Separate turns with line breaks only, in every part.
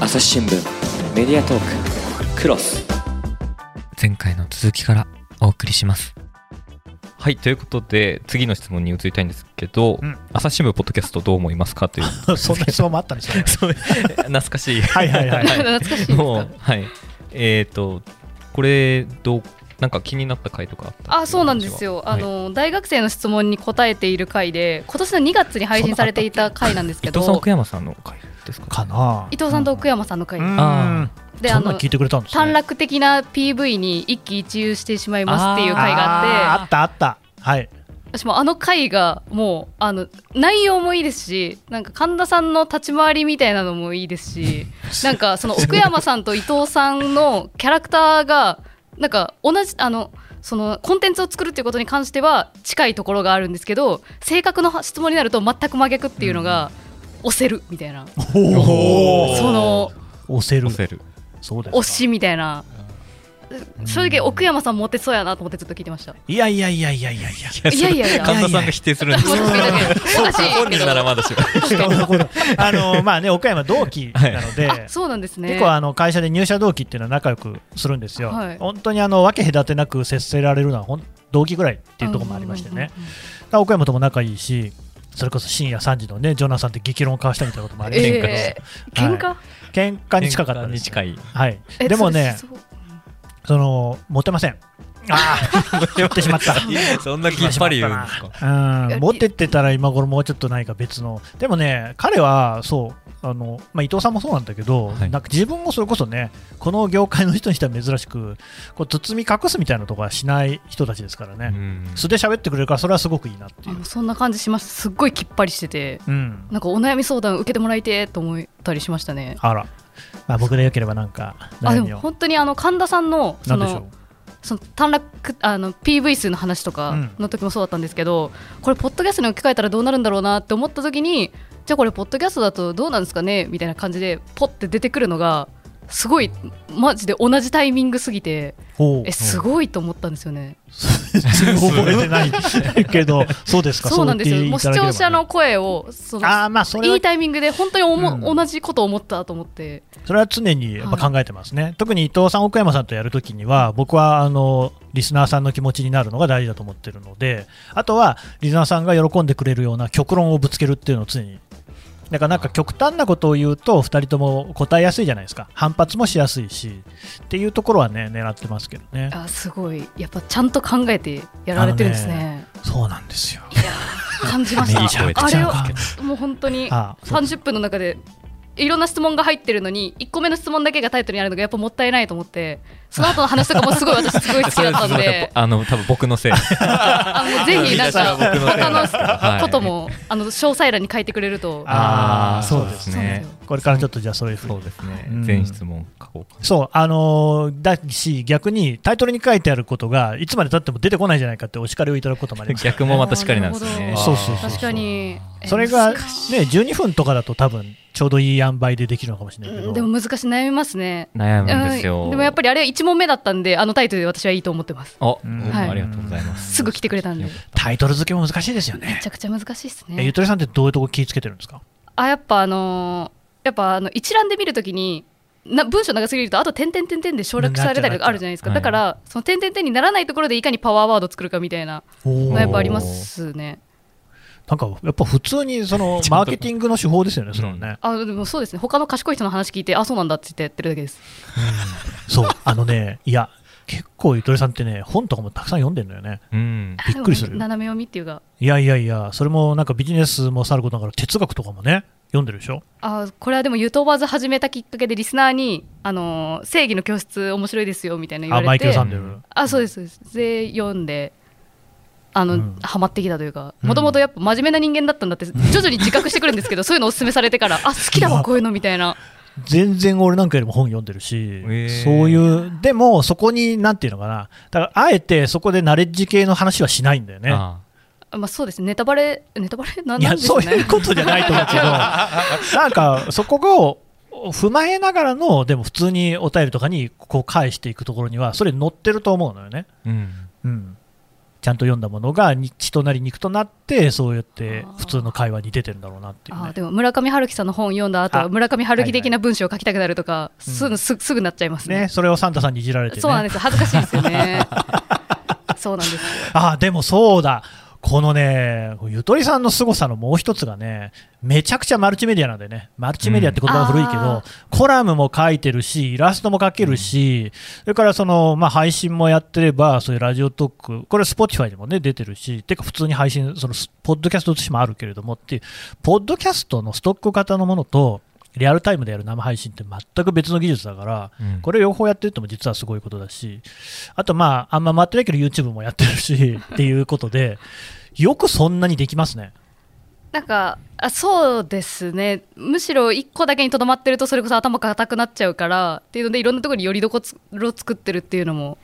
朝日新聞メディアトーククロス
前回の続きからお送りします
はいということで次の質問に移りたいんですけど、
うん
朝日新聞ポッドキャストどう思いますかという。
そんな質問もあったんですよね
そう懐かしい
はいはいはい。
は
懐かし いで
い
す
も
か
うはいえっ、とこれどうなんか気になった回とかあった
あそうなんですよ、
はい
あの大学生の質問に答えている回で今年の2月に配信されていた回なんです
伊
けど
藤さん奥山さんの回ですか
かな。
伊藤さんと奥山さんの回、
うん
あ
で
そ
あ
んな
の
の聞いてくれたんですね。
短絡的な PV に一喜一憂してしまいますっていう回があ
あーあ
っ
ってたあった。はい。
私もあの回がもうあの内容もいいですしなんか神田さんの立ち回りみたいなのもいいで すしなんかその奥山さんと伊藤さんのキャラクターがなんか同じあのそのコンテンツを作るっていうことに関しては近いところがあるんですけど性格の質問になると全く真逆っていうのが押せるみたいな、
お
その
押せる
押。せる
そうですか。
推しみたいな。正直奥山さんモテそうやなと思ってちょっと聞いてました。
いやいやいやいやいやいや。
いやいやいや。
神田さんが否定するんですよ
いやいやいやそうそう
本人ならまだしも
あのまあね岡山同期なので。
あ、そうなんですね。
結構あの会社で入社同期っていうのは仲良くするんですよ、
はい
本当にあの分け隔てなく接せられるのはほん同期ぐらいっていうところもありましてね、
うんうんうんう
だか
ん。
ら岡山とも仲いいしそれこそ深夜3時のねジョナサンって激論交わしたみたいなこともありましたけど、
ええ喧嘩、
喧嘩に近かったで
に
す、
近い
はい、
え
でもね
そうそう
そのモテませんああ言ってしまった
そんなきっぱり言うんですか
うんモテてたら今頃もうちょっと何か別のでもね彼はそうあの、まあ、伊藤さんもそうなんだけど、
はい
なんか自分をそれこそねこの業界の人にしては珍しくこう包み隠すみたいなとこはしない人たちですから
う
ね、
ん
素で喋ってくれるからそれはすごくいいなって
あ
いう
の、そんな感じしました。すっごいきっぱりしてて、
うん、
なんかお悩み相談受けてもらいてえと思ったりしましたね。
あら、まあ、僕でよければなんか
あ、で
悩み
も
を
本当にあの神田さんのそ
何でしょ
の
う
その短絡あの PV 数の話と
う
か
ん
の時もそうだったんですけど、これポッドキャストに置き換えたらどうなるんだろうなって思った時に、じゃあこれポッドキャストだとどうなんですかねみたいな感じでポって出てくるのがすごいマジで同じタイミングすぎて、
ほう
えすごいと思ったんですよね。
覚えてないけどそうですか
そうなんです
言
よ。
ってい
もう視
ただければ
聴者の声をその
あーまあそれはい
いタイミングで本当にお
う
も、
ん
同じことを思ったと思って、
それは常にやっぱ考えてますね、特に伊藤さん、奥山さんとやるときには、僕はあのリスナーさんの気持ちになるのが大事だと思ってるので、あとはリスナーさんが喜んでくれるような極論をぶつけるっていうのを常に、だからなんか極端なことを言うと、2人とも答えやすいじゃないですか、反発もしやすいしっていうところはね、狙ってますけどね、
あすごいやっぱちゃんと考えてやられてるんですね。
そうなんですよ。
感じました。
めちゃめちゃ
あ
ち
れ
ゃ
をもう本当に
あそう
30分の中で。いろんな質問が入ってるのに1個目の質問だけがタイトルにあるのがやっぱもったいないと思ってその後の話とかもすごい私すごい好きだ ったんで
あの多分僕のせい
あもう ぜひなんか
僕のせい
他の
はい
こともあの詳細欄に書いてくれると
あ
ー
ーそうです
そうなんですよ
これからちょっとじゃあそういうふうに
そうですね
うん
全質問書こうか
そう、あのーだし、逆にタイトルに書いてあることが、いつまでたっても出てこないじゃないかってお叱りをいただくこともあります。
逆もまたしかりなんです
な
ね
る。ほ
そ
ど
うそうそう
確かにえ
それが、ね、
難し
12分とかだと多分、ちょうどいい塩梅でできるのかもしれないけ
い
ど。
でも難しい悩みますね
悩むんです
う
よ。
んでもやっぱりあれ1問目だったんであのタイトルで私はいいと思ってます
あ、
うん
うん
はい
ありがとうございます。
すぐ来てくれたんで
よ
め
かった
タイトル付けも難しいですよね。
ちゃくちゃ難しいです
えゆ
ね
とりさんってどういうとこ気をつけてるんですか
あやっぱあのーやっぱあの一覧で見るときにな文章長すぎるとあと点々点々で省略されたりとかあるじゃないですか
なっ
だ
ちゃ
か
うな
らその点々点にならないところでいかにパワーワード作るかみたいなのはやっぱありますね
なんか、やっぱ普通に、そ の、
ちゃんと
マーケティングの手法ですよね、それはね。
あでもそうですね他の賢い人の話聞いてあそうなんだって言ってやってるだけです
そう、あのね、いや、結構ゆとりさんってね、本とかもたくさん読んでるんだよね。
うん。
びっくりするよ
でも斜め読みっていうか
いやいやいや、それもなんかビジネスもさることながら、哲学とかもね、読んでるでしょ
あこれはでも「ゆとばず」始めたきっかけでリスナーに「あのー正義の教室面白いですよ」みたいな言わ
あ、
れて
マイケル・サンデル。
あそうですそうですで読んであの、
うん
ハマってきたというか
うん
もともとやっぱ真面目な人間だったんだって徐々に自覚してくる んですけどそういうのおすすめされてからあ好きだわこういうのみたいな
全然俺なんかよりも本読んでるし、
ー
そういう、でもそこに、なんていうのかな、だからあえてそこでナレッジ系の話はしないんだよね。
あ
あまあそうですねネタバレネタバレなん
い
なん
や、
ですか
そう
ね
いうことじゃないと思うけど、 なんかそこを踏まえながらの、でも普通にお便りとかにこう返していくところには、それ乗ってると思うのよね。
ーうん。
うんちゃんと読んだものがに血となり肉となってそうやって
あー
普通の会話に出てるんだろうなっていう、
あー
ね、
でも村上春樹さんの本読んだ後
あ
は村上春樹的な文章を書きたくなるとか、すぐすすぐなっちゃいますね
ねそれをサンタさんにいじられてね
そうなんです恥ずかしいですよねそう なんですよ
あでもそうだこのねゆとりさんの凄さのもう一つがねめちゃくちゃマルチメディアなんでねマルチメディアって言葉は古いけ
うん
ど
あ、
コラムも書いてるしイラストも書けるし、それからその、まあ、配信もやってればそういうラジオトークこれ Spotify でもね出てるしてか普通に配信そのスポッドキャストとしてもあるけれどもっていうポッドキャストのストック型のものとリアルタイムでやる生配信って全く別の技術だから、
うん
これ両方やってるっても実はすごいことだし、あとまあ、あんま回ってないけど YouTube もやってる し、っていうことで、よくそんなにできますね。
なんかあそうですねむしろ1個だけにとどまってるとそれこそ頭固くなっちゃうからっていうのでいろんなところによりどころ作ってるっていうのも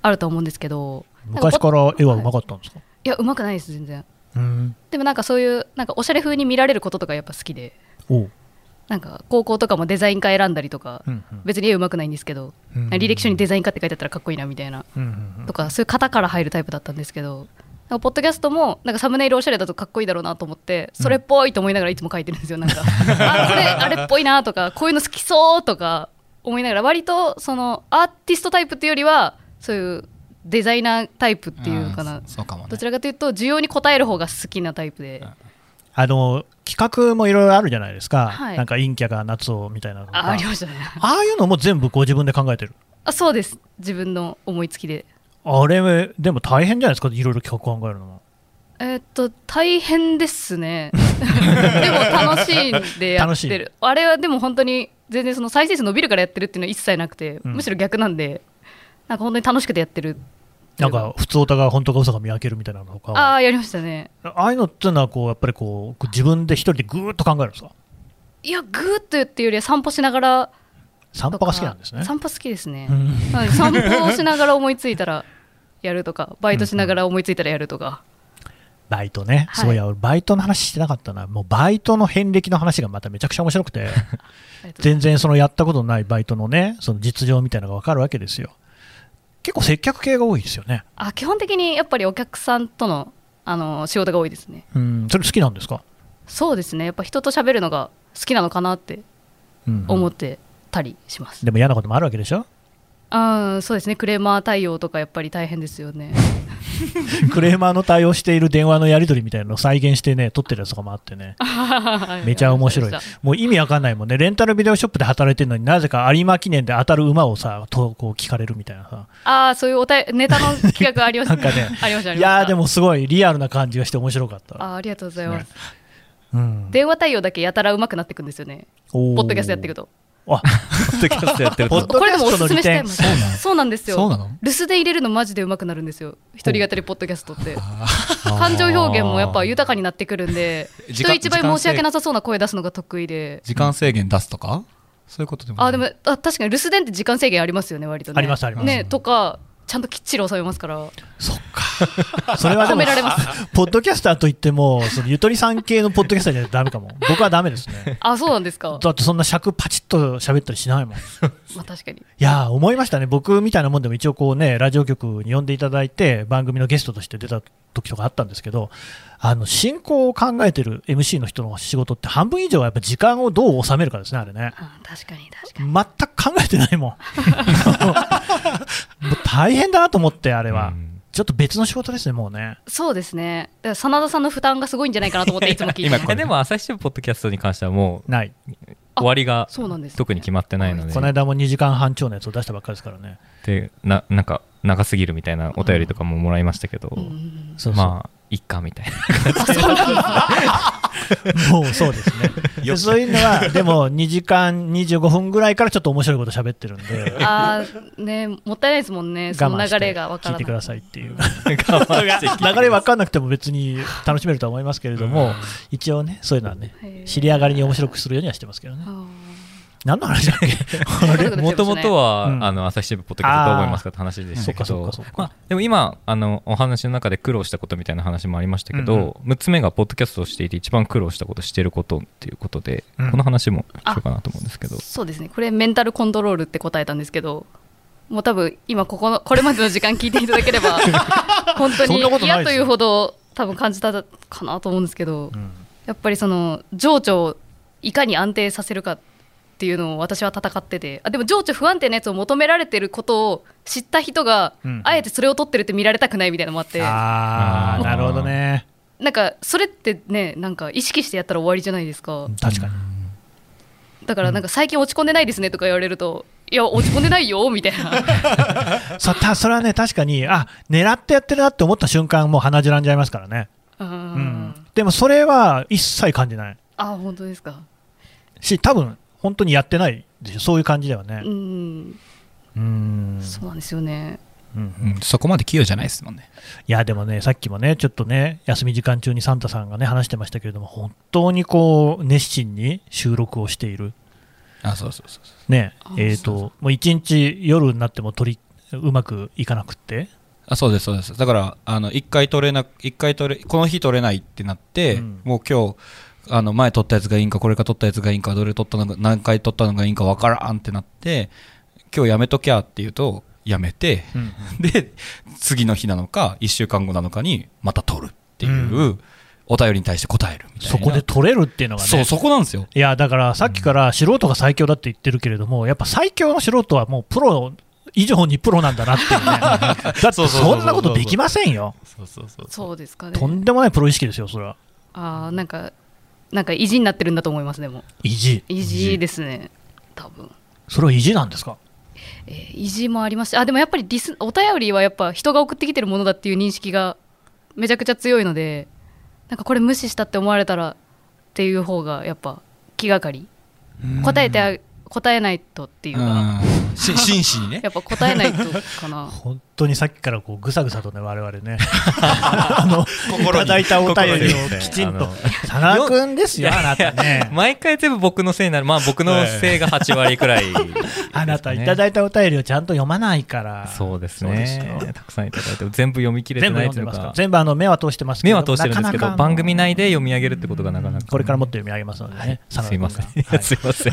あると思うんですけど
昔から絵はうま
かっ
かったんですか、
いやうまくないです全然
うん。
でもなんかそういうなんかおしゃれ風に見られることとかやっぱ好きで
おう。
なんか高校とかもデザイン科選んだりとか、
うんうん
別に絵うまくないんですけど、
うん
履歴書にデザイン科って書いてあったらかっこいいなみたいな、
うんうん
とかそういう型から入るタイプだったんですけどなんかポッドキャストもなんかサムネイルおしゃれだとかっこいいだろうなと思ってそれっぽいと思いながらいつも書いてるんですよなんかあこれあれっぽいなとかこういうの好きそうとか思いながら割とそのアーティストタイプっていうよりはそういうデザイナータイプっていうかな、
んそうかもね
どちらかというと需要に応える方が好きなタイプで、
あの、企画もいろいろあるじゃないですか。
はい
なんか陰キャが夏をみたいなのと
あ
か
ありましたね
ああいうのも全部ご自分で考えてる。
あそうです自分の思いつきで
あれ、でも大変じゃないですかいろいろ企画考えるのも。
えーっと大変ですね でも楽しいんでや
楽
っ
してい
るあれはでも本当に全然その再生数伸びるからやってるっていうのは一切なくて、
ん
むしろ逆なんでなんか本当に楽しくてやってる
なんか、普通おたが本当か嘘か見分けるみたいなのとか
あ
は。
あやりましたね
ああいうのっていうのは、こう、やっぱりこう、自分で一人でぐーっと考えるんですか
いやグーッとっていうよりは散歩しながら
散
と
歩
か
が好きなんですね。
散歩好きですね
う、ん
はい散歩をしながら思いついたら やるとかバイトしながら思いついたらやるとか、
バイトね、
はい
そういや、俺バイトの話してなかったな、もうバイトの遍歴の話がまためちゃくちゃ面白 くて、
ありがとうございま
全然そのやったことのないバイトのね、その実情みたいなのが分かるわけですよ。結構接客系が多いですよね。
すあ基本的にやっぱりお客さんとのあの仕事が多いですね
うん、それ好きなんですか、
そうですねやっぱ人と喋るのが好きなのかなって
うん
思ってたりします、
でも嫌なこともあるわけで しょ
あーそうですねクレーマー対応とかやっぱり大変ですよね
クレーマーの対応している電話のやり取りみたいなのを再現してね、撮ってるやつとかもあってね、 めちゃ面白い
ありがとうござまし。
もう意味わかんないもんね、レンタルビデオショップで働いてるのになぜか有馬記念で当たる馬をさ、投稿聞かれるみたいなさ。
たあーそういうおたネタの企画ありまし た
なんかね
ありましたありました
いやーでもすごいリアルな感じがして面白かった。
あーありがとうございます、
うん、
電話対応だけやたらうまくなっていくんですよね
ポ
ポッドキャストやっていくと
あ、
ポッドキャストやってる
ポッ
と
ド
こ
キ
れ
ャ
でもお
スト
す
の
す
利
めした
点
いもんそうなんですよ
そうなの
留守で入れるのマジでうまくなるんですよ一人語りポッドキャストって
ー
感情表現もやっぱ豊かになってくる んで
時
人
間
一倍申し訳なさそうな声出すのが得意で
時間制限出すとかそういうことでもない
あでもあ確かに留守電って時間制限ありますよね割とね
ありますあります
ねとかちゃんときっちり収めますから
そっ か。それはで
褒
も
められます
ポッドキャスターといっても、そのゆとりさん系のポッドキャスターじゃダメかも。 僕はダメですね。
あそうなんですか
だ ってそんな尺パチッと喋ったりしないもん。い
まあ確かに
やー、思いましたね。僕みたいなもんでも一応こうね、ラジオ局に呼んでいただいて、番組のゲストとして出た時とかあったんですけど、あの、進行を考えてる MC の人の仕事って半分以上はやっぱ時間をどう収めるかですね、あれね。
あ確かに確かに
全く考えてないもん。 もう大変だなと思って、あれは。ちょっと別の仕事ですね、もうね。
そうですねだから真田さんの負担がすごいんじゃないかな と思っていつも聞いてます
今
えでも朝日新聞ポッドキャストに関してはも
ない。
あ
う終わりが
そうなんですね
特に決まってないので
この間も2時間半超のやつを出したばっかりですからね。
でななんか長すぎるみたいなお便りとかももらいましたけど、
うんうんうん
そうそう
まあいっかみたいな
もうそうです ね。でそういうのは、でも2時間25分ぐらいからちょっと面白いこと喋ってるんで、
あーねもったいないですもんねその
我慢し
流れ
て
が分
聞
か
い
ら
てく
ない
ださいっていう。流れ分かんなくても別に楽しめるとは思いますけれども、一応ね、そういうのはね
へ、ー
知り上がりに面白くするようにはしてますけどね
あ。ー
何の話だっけ あれ
もともとは、
うん
あの朝日新聞ポッドキャストどう思いますかって話でしたけ
あーそっ
ど
かそっかそっか
まあでも今あのお話の中で苦労したことみたいな話もありましたけど、
うん
6つ目がポッドキャストをしていて一番苦労したことしてることっていうことで、
うん
この話もしようかなと思うんですけど
そうですねこれメンタルコントロールって答えたんですけどもう多分今ここのこれまでの時間聞いていただけれ ば本当
そん
に
なことないですよ
嫌というほど多分感じたかなと思うんですけど、やっぱりその情緒をいかに安定させるかっていうのを私は戦っててあでも情緒不安定なやつを求められてることを知った人が、
うん
あえてそれを取ってるって見られたくないみたいなのもあって
ああ、
うん
なるほどね。
なんかそれってねなんか意識してやったら終わりじゃないですか。
確かに。
だからなんか最近落ち込んでないですねとか言われると、いや、落ち込んでないよみたいな、
そたそれはね、確かに、あ狙ってやってるなって思った瞬間、もう鼻じらんじゃいますからね。
う
うんん、でもそれは一切感じない
あ本当ですか、
し、多分本当にやってないでしょ、そういう感じではね
う。ん、
うん
そうなんですよね、
うん
うん、そこまで器用じゃないですもんね。
いやでもね、さっきもね、ちょっとね、休み時間中にサンタさんがね、話してましたけれども、本当にこう、熱心に収録をしている、
あ、そうそうそうそ
ね
あ、
えっ、
そうそ
と、もう一日夜になっても取り、うまくいかなくって、
う。あ、そうですそうです。だからあの一回取れな一回取れこの日取れないってなって、
うん
もう今日あの前取ったやつがいいんかこれから取ったやつがいいんかどれ取ったのが何回取ったのがいいんかわからんってなって、今日やめときゃっていうとやめ て、で次の日なのか一週間後なのかにまた取るっていう、
うん
お便りに対して答えるみたい
そ
な。
こで取れるっていうのがね、
そうそこなんですよ。
いや、だからさっきから素人が最強だって言ってるけれども、やっぱ最強の素人はもうプロ以上にプロなんだ なっていうね、だって
そうそうそうそう
そんなことできませんよ、
そうそうそう
そうですかね、
とんでもないプロ意識ですよ、それは。
あーなんか、なんか意地になってるんだと思います、でも、
意地、
意地ですね、多分
それは意地なんですか、。
えー意地もありました、あでもやっぱりリス、お便りはやっぱ人が送ってきてるものだっていう認識がめちゃくちゃ強いので、なんかこれ、無視したって思われたらっていう方が、やっぱ気がかり、答えてあ答えないとっていうか。
うん、し真摯にね
やっぱ答えないとかな
本当にさっきからこうぐさぐさとね、我々 ね、あのいただいたお便りをきちんと、佐賀君ですよ、あなた ね。
毎回全部僕のせいになるまあ僕のせいが8割くらい、
あなたいただいたお便りをちゃんと読まないから、
そうです
そう
ね
ですよ
たくさんいただいて全部読み切れて
全部
ない
読
とい
んで
う
ますから
か、
全部あの目は通してますけ
目
ど、
は通してるんですけど
なかなか
番組内で読み上げるってことがなかなか
これからもっと読み上げますのでね、佐野
すい
君が
ません、いや すいません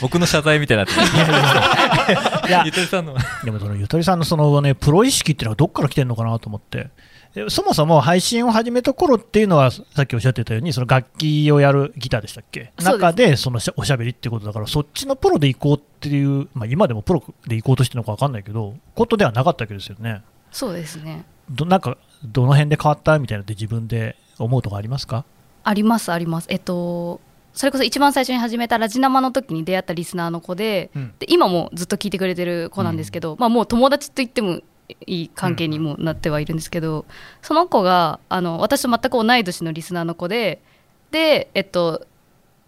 僕の謝罪みたいになってます
はい いや
ゆとりさんの
でもそのゆとりさんのそのねプロ意識っていうのはどっから来てるのかなと思って。でそもそも配信を始めた頃っていうのは、さっきおっしゃってたように、その楽器をやるギターでしたっけ、
そうです
中でそのしゃおしゃべりっていうことだから、そっちのプロで行こうっていう、まあ、今でもプロで行こうとしてるのか分かんないけど、ことではなかったわけですよね、
そうですね。
どなんか、どの辺で変わったみたいなって、自分で思うとかありますか
ありますあります。えっとそれこそ一番最初に始めたラジ生の時に出会ったリスナーの子で、
うん
で今もずっと聞いてくれてる子なんですけど、まあもう友達と言ってもいい関係にもなってはいるんですけど、その子があの私と全く同い年のリスナーの子ででえっと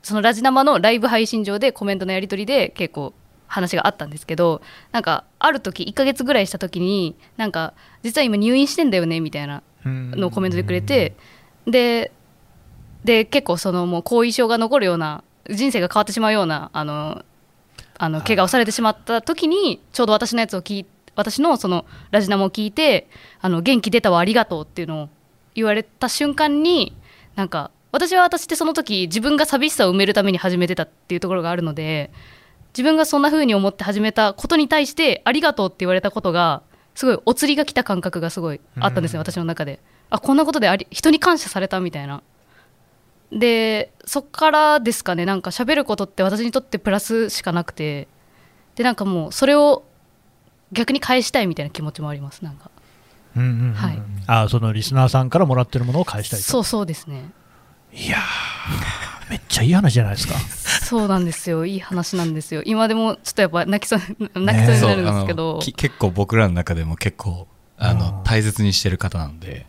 そのラジ生のライブ配信上でコメントのやり取りで結構話があったんですけどなんかある時1ヶ月ぐらいした時になんか実は今入院してんだよねみたいなのコメントでくれて、でで結構そのもう後遺症が残るような人生が変わってしまうようなあのあの怪我をされてしまった時にちょうど私のやつを聞い私のそのラジナムを聞いて「あの元気出たわありがとう」っていうのを言われた瞬間になんか私は私ってその時自分が寂しさを埋めるために始めてたっていうところがあるので自分がそんな風に思って始めたことに対して「ありがとう」って言われたことがすごいお釣りが来た感覚がすごいあったんですね、私の中であこんなことであり人に感謝されたみたいなでそっからですかねなんか喋ることって私にとってプラスしかなくてでなんかもうそれを逆に返したいみたいな気持ちもありますなんかはい
あーそのリスナーさんからもらってるものを返したいと
そうそうですね
いやー、めっちゃいい話じゃないですか。
そうなんですよいい話なんですよ今でもちょっとやっぱ泣きそう泣きそうになるんですけ
そうあ
ど、
のき結構僕らの中でも結構あの大切にしてる方なんで、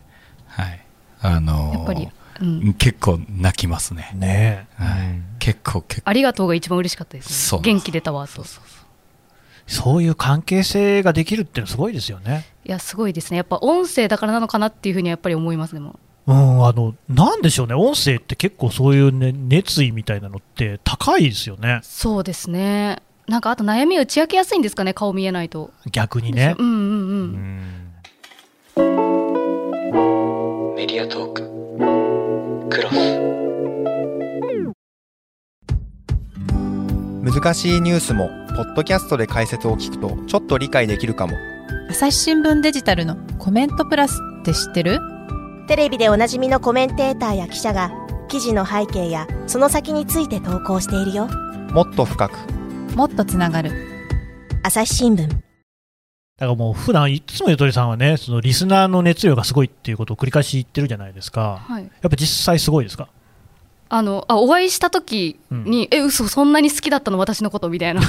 はい、あのー
やっぱり、うん、
結構泣きますね、
ねえ
はい、結構結構
ありがとうが一番嬉しかったです
そ
ね
う
元気出たわと
そういう関係性ができるってすごいですよね。
いやすごいですねやっぱ音声だからなのかなっていうふうにはやっぱり思いますでも
うん、あの、なんでしょうね、音声って結構そういう、ね、熱意みたいなのって高いですよね、
そうですねなんかあと悩み打ち明けやすいんですかね顔見えないと
逆にね
う。んうんうん、
メディアトーククロス
難しいニュースもポポッドキャストで解説を聞くとちょっと理解できるかも
朝日新聞デジタルのコメントプラスって知ってる
テレビでおなじみのコメンテーターや記者が記事の背景やその先について投稿しているよ
もっと深く
もっとつながる
朝日新聞
だからもう普段いつもゆとりさんはねそのリスナーの熱量がすごいっていうことを繰り返し言ってるじゃないですか、
はい
やっぱ実際すごいですか
あのあお会いした時に、え嘘そんなに好きだったの私のことみたいな 感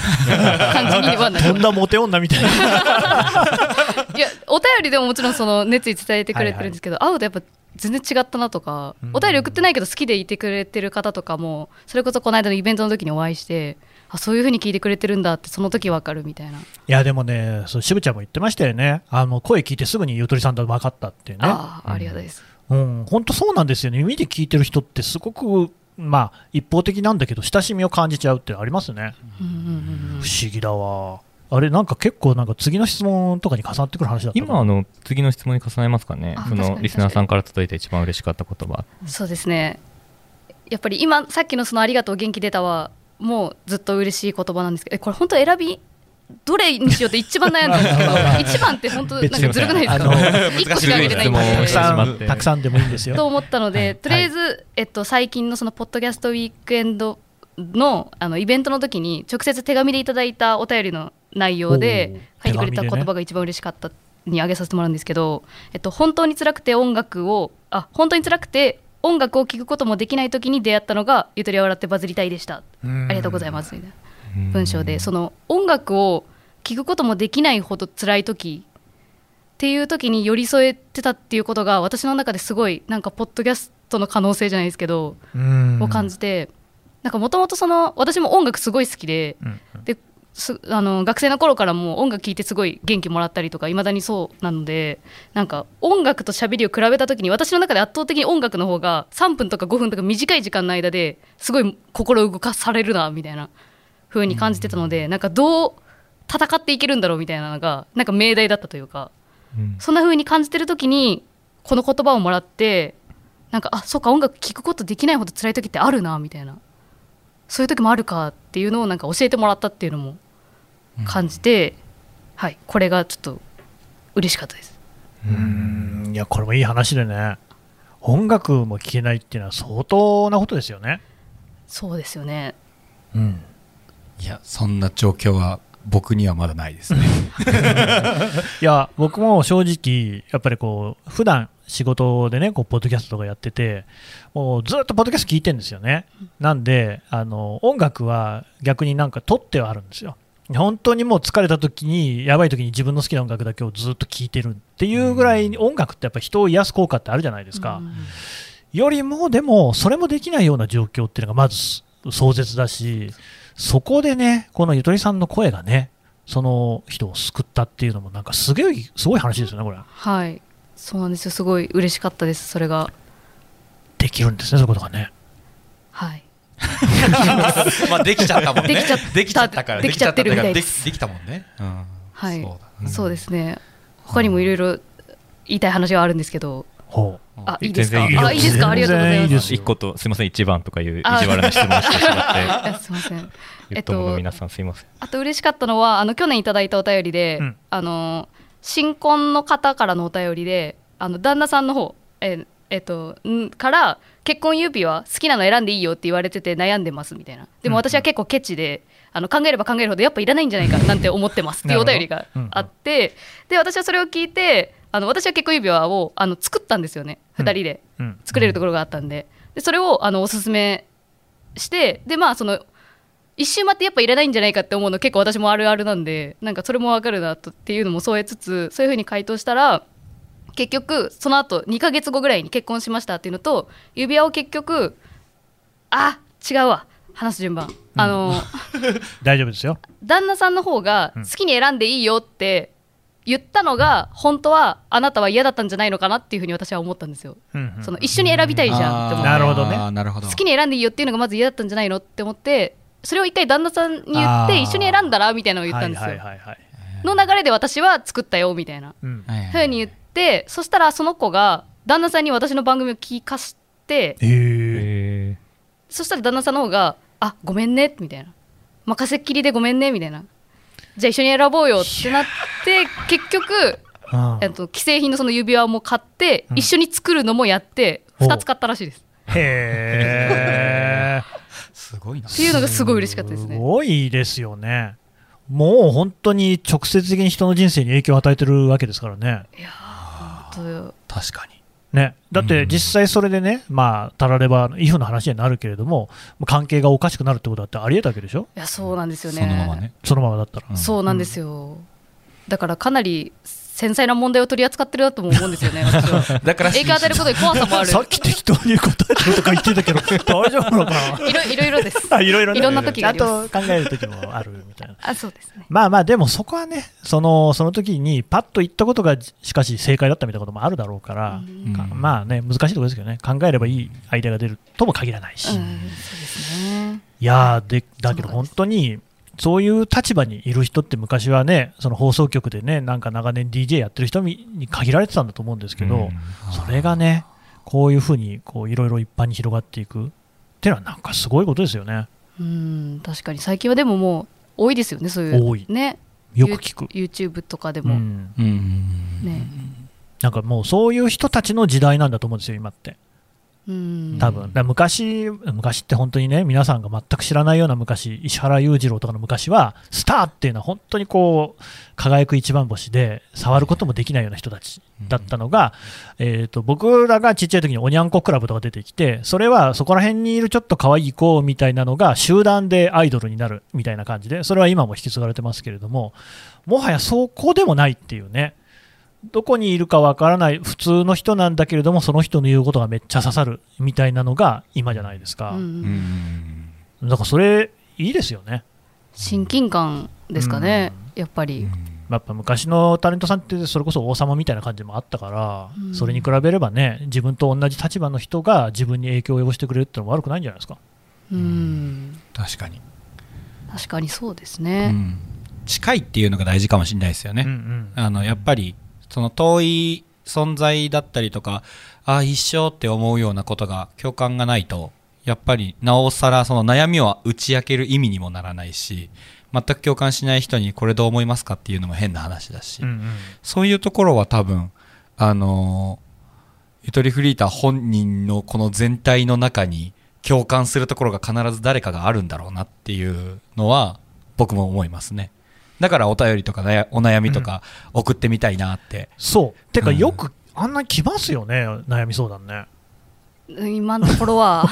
じには な
と
る
んだモテ女みたいな
いやお便りでももちろんその熱意伝えてくれてるんですけど、会うとやっぱ全然違ったなとか、お便り送ってないけど好きでいてくれてる方とかもそれこそこの間のイベントの時にお会いしてあそういうふうに聞いてくれてるんだってその時わかるみたいな、
いやでもねそう渋ちゃんも言ってましたよねあの声聞いてすぐにゆとりさんだと分かったってね
ああありがたいです、
うん、本当そうなんですよね、耳で聞いてる人って、すごく、まあ、一方的なんだけど、親しみを感じちゃうってありますね、
うんうんうんうん
不思議だわ、あれ、なんか結構、なんか次の質問とかに重なってくる話だったな
今あの次の質問に重ねますかね
あ
そ
確
の
かに
リスナーさんから届いて一番嬉しかった言葉
そうですねやっぱり今さっきの「そのありがとう元気出た」はもうずっと嬉しい言葉なんですけどえこれ本当選びどれにしようって一番悩んだ んですけど一番って本当なんかずるくないです
あの
か一個しか入れない ん
難
た
しい
く
で
質問
さん、たくさんでもいいんです
と
よ。
思ったのでとりあえずえっと最近のそのポッドキャストウィークエンドのあのイベントの時に直接手紙でいただいたお便りの内容で
おー
書いてくれた
手紙でね
言葉が一番嬉しかったにあげさせてもらうんですけど、えっと、本当に辛くて音楽をあ本当に辛くて音楽を聴くこともできない時に出会ったのが「ゆとりは笑ってバズりたい」でしたありがとうございますみたいな文章でその音楽を聴くこともできないほど辛い時っていう時に寄り添えてたっていうことが私の中ですごいなんかポッドキャストの可能性じゃないですけど、
うん
を感じてなんかもともとその私も音楽すごい好きで,、ですあの学生の頃からもう音楽聴いてすごい元気もらったりとかいまだにそうなのでなんか音楽と喋りを比べた時に私の中で圧倒的に音楽の方が3分とか5分とか短い時間の間ですごい心動かされるなみたいな風に感じてたので、なんかどう戦っていけるんだろうみたいなのがなんか命題だったというか。そんな風に感じてる時にこの言葉をもらってなんかあそうか音楽聴くことできないほど辛い時ってあるなみたいなそういう時もあるかっていうのをなんか教えてもらったっていうのも感じて、はいこれがちょっと嬉しかったです
うんいや、これもいい話でね、音楽も聴けないっていうのは相当なことですよね。
そうですよね
いやそんな状況は僕にはまだないですね
いや僕も正直、やっぱりこう普段仕事でね、こうポッドキャストとかやってて、もうずっとポッドキャスト聞いてるんですよね。なんで、あの音楽は逆になんか撮ってはあるんですよ。本当にもう疲れた時に、やばい時に自分の好きな音楽だけをずっと聴いてるっていうぐらい、音楽ってやっぱ人を癒す効果ってあるじゃないですか。
うん
よりもでもそれもできないような状況っていうのがまず壮絶だしそこでねこのゆとりさんの声がねその人を救ったっていうのもなんかすげえすごい話ですよねこれ
はいそうなんですよすごい嬉しかったですそれが
できるんですねそういうことがね
はい
まあできちゃったもんね
できちゃった
できちゃったから
できちゃってるみたい
で
で
き
す
できたもんね、うん
はい
そうだ
そう,、ですね他にもいろいろ言いたい話はあるんですけど
ほう
あいいですか
全然いいよ
あいいですかありがとうございます
全然いいです
一個とすいません一番とかいう意地悪な質問をしてしまっ
いやすいません
てえっとの皆さんすいません
あと嬉しかったのはあの去年いただいたお便りで、
うん
あの新婚の方からのお便りであの旦那さんの方ええっと、んから結婚指輪好きなの選んでいいよって言われてて悩んでますみたいなでも私は結構ケチで、あの考えれば考えるほどやっぱいらないんじゃないか なんて思ってますっていうお便りがあって、で私はそれを聞いてあの私は結婚指輪をあの作ったんですよね2人で、
うん
作れるところがあったんででそれをあのおすすめしてでまあその一周待ってやっぱいらないんじゃないかって思うの結構私もあるあるなんでなんかそれもわかるなとっていうのも添えつつそういうふうに回答したら結局その後2ヶ月後ぐらいに結婚しましたっていうのと指輪を結局あ違うわ話す順番、あの
大丈夫ですよ
旦那さんの方が好きに選んでいいよって言ったのが本当はあなたは嫌だったんじゃないのかなっていうふうに私は思ったんですよ。
うんうん
その一緒に選びたいじゃんって思って
なるほどね
あーなるほど
好きに選んでいいよっていうのがまず嫌だったんじゃないのって思ってそれを一回旦那さんに言
あ
って
ー
一緒に選んだらみたいなのを言ったんですよ、
はいはいはいはい
の流れで私は作ったよみたいな
うん
はいはいはい
ふうに言ってそしたらその子が旦那さんに私の番組を聞かして
へえ
そしたら旦那さんの方が「あごめんね」みたいな「任せっきりでごめんね」みたいなじゃあ一緒に選ぼうよってなって結局
うん
えっと既製品のその指輪も買って、
うん
一緒に作るのもやって
お
2つ買ったらしいです
へえ。
すごいな
っていうのがすごい嬉しかったです
す
ね
ごいですよね。もう本当に直接的に人の人生に影響を与えてるわけですからね。
いやー本
確かに
ね、だって実際それでね、まあ、たられば、イフの話になるけれども、関係がおかしくなるってことだってありえたわけでしょ、
当いやそうなんですよね
そのままね、
そのままだったら。
そうなんですよ、だからかなり繊細な問題を取り扱ってるなとも思うんです よね私は
だから
影響を与えることに怖さもある
さっき適当に答えてるとか言ってた けど、大丈夫なのかな
いろいろいろです
あいろいろね
いろんな時があります
ちゃんと考える時もあるみたいな。
あそうですね
まあまあ、でもそこはね、そのその時にパッと言ったことが、しかし正解だったみたいなこともあるだろうから、
うん
かまあね、難しいところですけどね、考えればいいアイデアが出るとも限らないし、
うんそう
い
ですね
やーで、だけど本当に、そういう立場にいる人って昔はね、その放送局でね、なんか長年 DJ やってる人にに限られてたんだと思うんですけど、それがね、こういうふうにこういろいろ一般に広がっていくっていうのは、なんかすごいことですよね、
うん確かに最近はでももう多いですよねそういう
多い
ね
よく聞く。
You- YouTube とかで
う
も、
ん
うん
ね
なんかもうそういう人たちの時代なんだと思うんですよ、今って。
うん
多分だから昔、昔って本当にね、皆さんが全く知らないような昔、石原裕次郎とかの昔は、スターっていうのは本当にこう、輝く一番星で、触ることもできないような人たちだったのが、えー、と僕らがちっちゃい時におにゃんこクラブとか出てきて、それはそこら辺にいるちょっと可愛い子みたいなのが、集団でアイドルになるみたいな感じで、それは今も引き継がれてますけれども、もはやそこでもないっていうね。どこにいるかわからない普通の人なんだけれどもその人の言うことがめっちゃ刺さるみたいなのが今じゃないですか、
うん
うん
だからそれいいですよね
親近感ですかね、やっぱり、
やっぱ昔のタレントさんってそれこそ王様みたいな感じもあったから、
うん
それに比べればね自分と同じ立場の人が自分に影響を及ぼしてくれるってのも悪くないんじゃないですか
うん、
確かに、
確かにそうです
う
ね。
ん、近いっていうのが大事かもしれないですよね、
うんうん
あのやっぱりその遠い存在だったりとかああ一生って思うようなことが共感がないとやっぱりなおさらその悩みを打ち明ける意味にもならないし全く共感しない人にこれどう思いますかっていうのも変な話だし、
うんうん
そういうところは多分あのーゆとりフリーター本人のこの全体の中に共感するところが必ず誰かがあるんだろうなっていうのは僕も思いますねだからお便りとかなやお悩みとか送ってみたいなって、
そうてか
うん
よくあんな来ますよね悩み相談ね、
今のとこ ろは、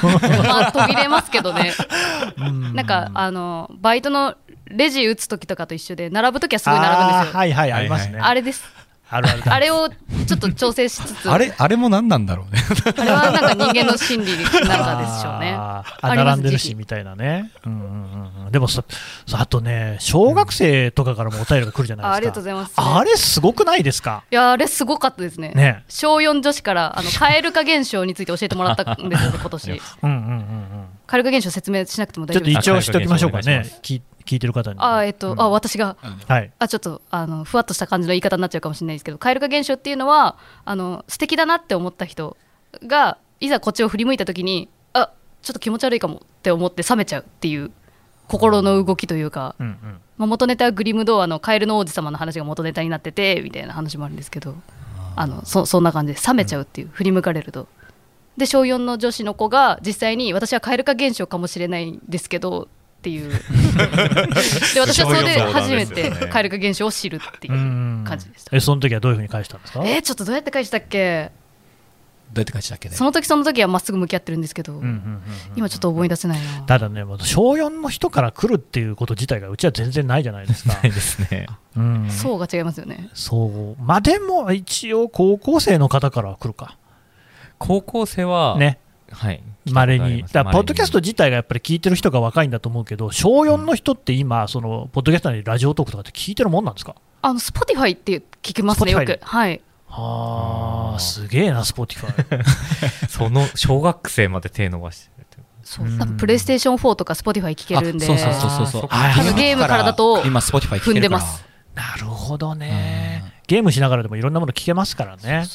まあ、途切れますけどね、なんかあのバイトのレジ打つ時とかと一緒で、並ぶ時はすごい並ぶんです
あー
よ。
はいはいありますね、
あれです。
あるあるだ
あれをちょっと調整しつ つ、
あれあれも何なんだろうね
あれはなんか人間の心理なんかでしょうね。
あー
あ
あ
ります
並んでる
ぜ
し
ひ
みたいなね、うんうんうんうん、でもささあとね小学生とかからもお便りが来るじゃないです
あ
か
ありがとうございます。
あれすごくないですか
いやあれすごかったですね。
ね
小4女子からあの蛙化現象について教えてもらったんですよね、今年。
うんうんうんうん
蛙化現象説明しなくても大
ちょ
丈夫
っ
で
と
す
一応しておきましょうか
お願い
ね
し
聞聞いてる方に
あーえっと、あ私が
はい
あちょっとあのふわっとした感じの言い方になっちゃうかもしれないですけど蛙化現象っていうのはあの素敵だなって思った人がいざこっちを振り向いた時にあちょっと気持ち悪いかもって思って冷めちゃうっていう心の動きというか、
うんうん
まあ、元ネタはグリムドアのカエルの王子様の話が元ネタになっててみたいな話もあるんですけどあのそそんな感じで冷めちゃうっていう、振り向かれると。で小4の女子の子が実際に私は蛙化現象かもしれないんですけどっ ていうで私はそれで初めて蛙化現象を知るっていう
うん
感じでした。
えその時はどういうふうに返したんですか
えーちょっとどうやって返したっけ
どうやって返したっけね
その時その時はまっすぐ向き合ってるんですけど、
うんうんうんうん
今ちょっと思い出せないな。
ただねもう小4の人から来るっていうこと自体がうちは全然ないじゃないですか
ないですね。
うん
層が違いますよね。
そうまあでも一応高校生の方からは来るか
高校生は、
ね
はい。
まれに、だからポッドキャスト
稀に
自体がやっぱり聞いてる人が若いんだと思うけど、小4の人って今、そのポッドキャストなりラジオトークとかって聞いてるもんなんですか
あの Spotify って聞きますねよ
Spotify
く。はい。
あー、すげえな、スポティファイ。
その小学生まで手伸ばしてるという
そう
うん
多分プレイステーション4とか Spotify 聞けるんで
あそうそうそうそうそう
あー
あのゲームからだと
今 Spotify 聞けるから
踏んでます
なるほどね。ゲームしながらでもいろんなもの聞けますからね。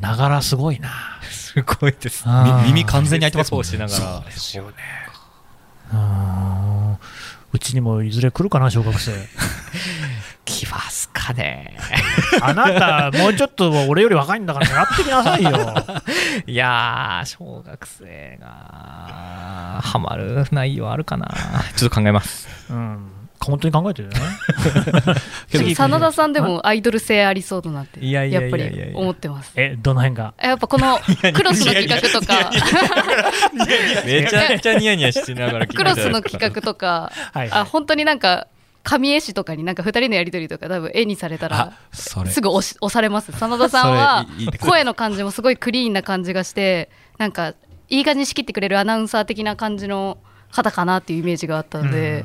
ながらすごいな。
すごいですね。
あー
み耳完全に開いてますもん
しな
ね
がら。
うーんうちにもいずれ来るかな、小学生。
か ね。
あなた、もうちょっと俺より若いんだから狙ってきなさいよ。
いやー、小学生が、ハマる内容あるかな。
ちょっと考えます。
うん、本当に考えてるよね。
次真田さんでもアイドル性ありそうだなって
いやいや
やっ
い
ぱ
やいやいや
り思ってます
え、どの辺が
やっぱこのクロスの企画とか
めちゃめちゃニヤニヤしながら聞いて
クロスの企画とか
はいはい
あ本当になんか神絵師とかになんか2人のやり取りとか多分絵にされたら
それ
すぐ押し押されます真田さんは
それいいいい
声の感じもすごいクリーンな感じがしてなんかいい感じに仕切ってくれるアナウンサー的な感じの方かなっていうイメージがあったので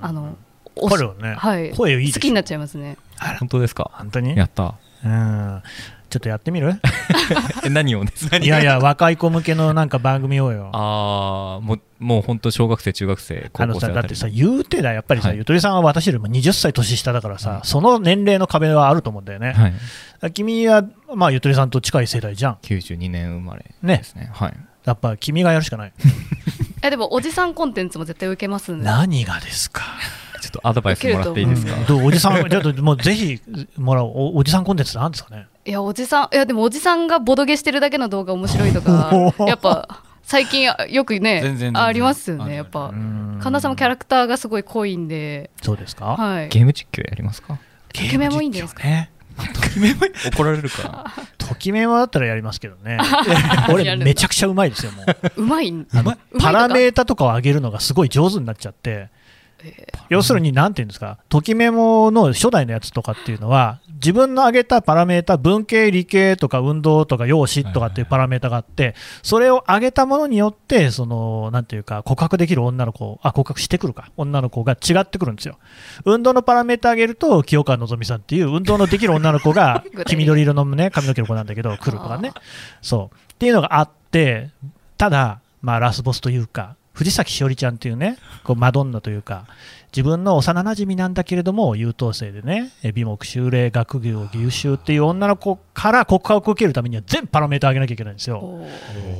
あの押し
彼はね、
はい、
声いいでしょ
好きになっちゃいますね
本当ですか
本当に
や った。
うん。ちょっとやってみる
え、何をね。
いやいや、若い子向けのなんか番組をよ。
ああ、もう、もう本当小学生、中学生、
あ
高
の
校生
さ
あ
だ
た
っ
り
てさ、言うてだ、やっぱりさ、
はい
ゆとりさんは私よりも20歳年下だからさ、その年齢の壁はあると思うんだよね。
はい。
君は、まあ、ゆとりさんと近い世代じゃん。
92年生まれ
ね
で。すね。はい。
やっぱ君がやるしかない。
えでもおじさんコンテンツも絶対受けますんで
何がですか。
ちょっとアドバイスもらっていいですか
うんどうおじさん、ちょっ ともうぜひもらおう。おおじさんコンテンツなんですかね。
いやおじさんいやでもおじさんがボドゲしてるだけの動画面白いとかやっぱ最近あよくね
全然全然
ありますよ
ある
ねやっぱ
ん
神田さんもキャラクターがすごい濃いんで
そうですか。
はい
ゲーム実況やりますか
ときめもいいんじゃないですか。
ね。
怒られる か
ときめもだったらやりますけどね 俺めちゃくちゃうまいですよ、もう。
うまいん
あの
うまいと
パ
か
ラメータとかを上げるのがすごい上手になっちゃって、要するに、なんていうんですか、ときメモの初代のやつとかっていうのは、自分の上げたパラメータ、文系、理系とか運動とか容姿とかっていうパラメータがあって、それを上げたものによって、そのなんていうか、告白できる女の子、あ、告白してくるか、女の子が違ってくるんですよ。運動のパラメータ上げると、清川のぞみさんっていう運動のできる女の子 が
具体的、
黄緑色のね、髪の毛の子なんだけど、来るとかね。そう。っていうのがあって、ただ、まあ、ラスボスというか、藤崎しおりちゃんっていうね、こうマドンナというか、自分の幼馴染なんだけれども、優等生でね、え美目修麗、学業優秀っていう女の子から告白を受けるためには、全パラメーター上げなきゃいけないんですよ。
お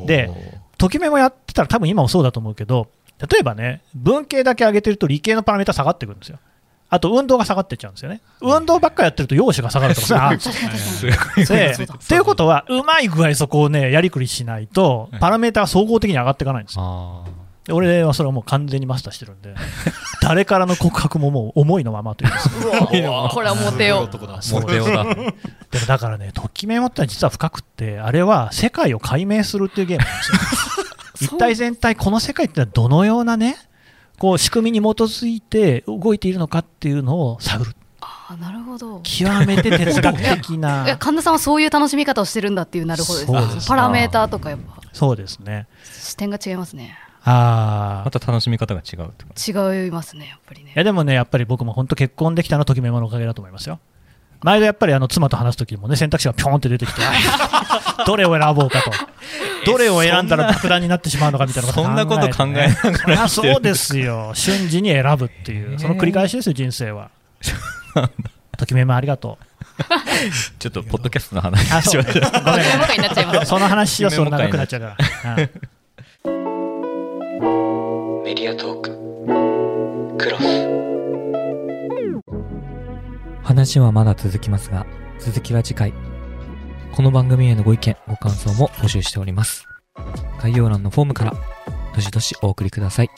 ー
で、ときめもやってたら、多分今もそうだと思うけど、例えばね、文系だけ上げてると理系のパラメータ下がってくるんですよ。あと運動が下がってっちゃうんですよね。運動ばっかやってると容姿が下がるとかそういうのあるんですよ
確かに確かに
でということは、うまい具合そこをね、やりくりしないと、パラメータが総合的に上がっていかないんですよ。
あ
で俺はそれはもう完全にマスターしてるんで、誰からの告白ももう思いのままというか
うわこれはモテよう
あ。 モテようだ。
でもだからね、ときめもってのは実は深くって、あれは世界を解明するっていうゲームなんですよ。一体全体、この世界ってのはどのようなね、こう仕組みに基づいて動いているのかっていうのを探る、
あなるほど
極めて哲学的
いや
な、
神田さんはそういう楽しみ方をしてるんだっていうなるほどです
そうですね
パラメーターとかやっぱ
そうですね。
視点が違いますね
あ
ま
ー
た楽しみ方が違うってこ
違いますねやっぱりね
いやでもね、やっぱり僕も本当、結婚できたのはときめものおかげだと思いますよ。毎度やっぱりあの妻と話すときもね、選択肢がぴょんって出てき て、どれを選ぼうかと、どれを選んだら爆弾になってしまうのかみたいなことを
そんなこと考えなが
ら、あそうですよ、瞬時に選ぶっていう、その繰り返しですよ、人生は。ときめもありが
と
と
ちょっと、ポッドキャストの話
う。あ そうごめんごめ
そういうことになっちゃいます
んその話はその長くなっちゃう から。うん
メディアトーククロス
話はまだ続きますが、続きは次回。この番組へのご意見、ご感想も募集しております。概要欄のフォームから、どしどしお送りください。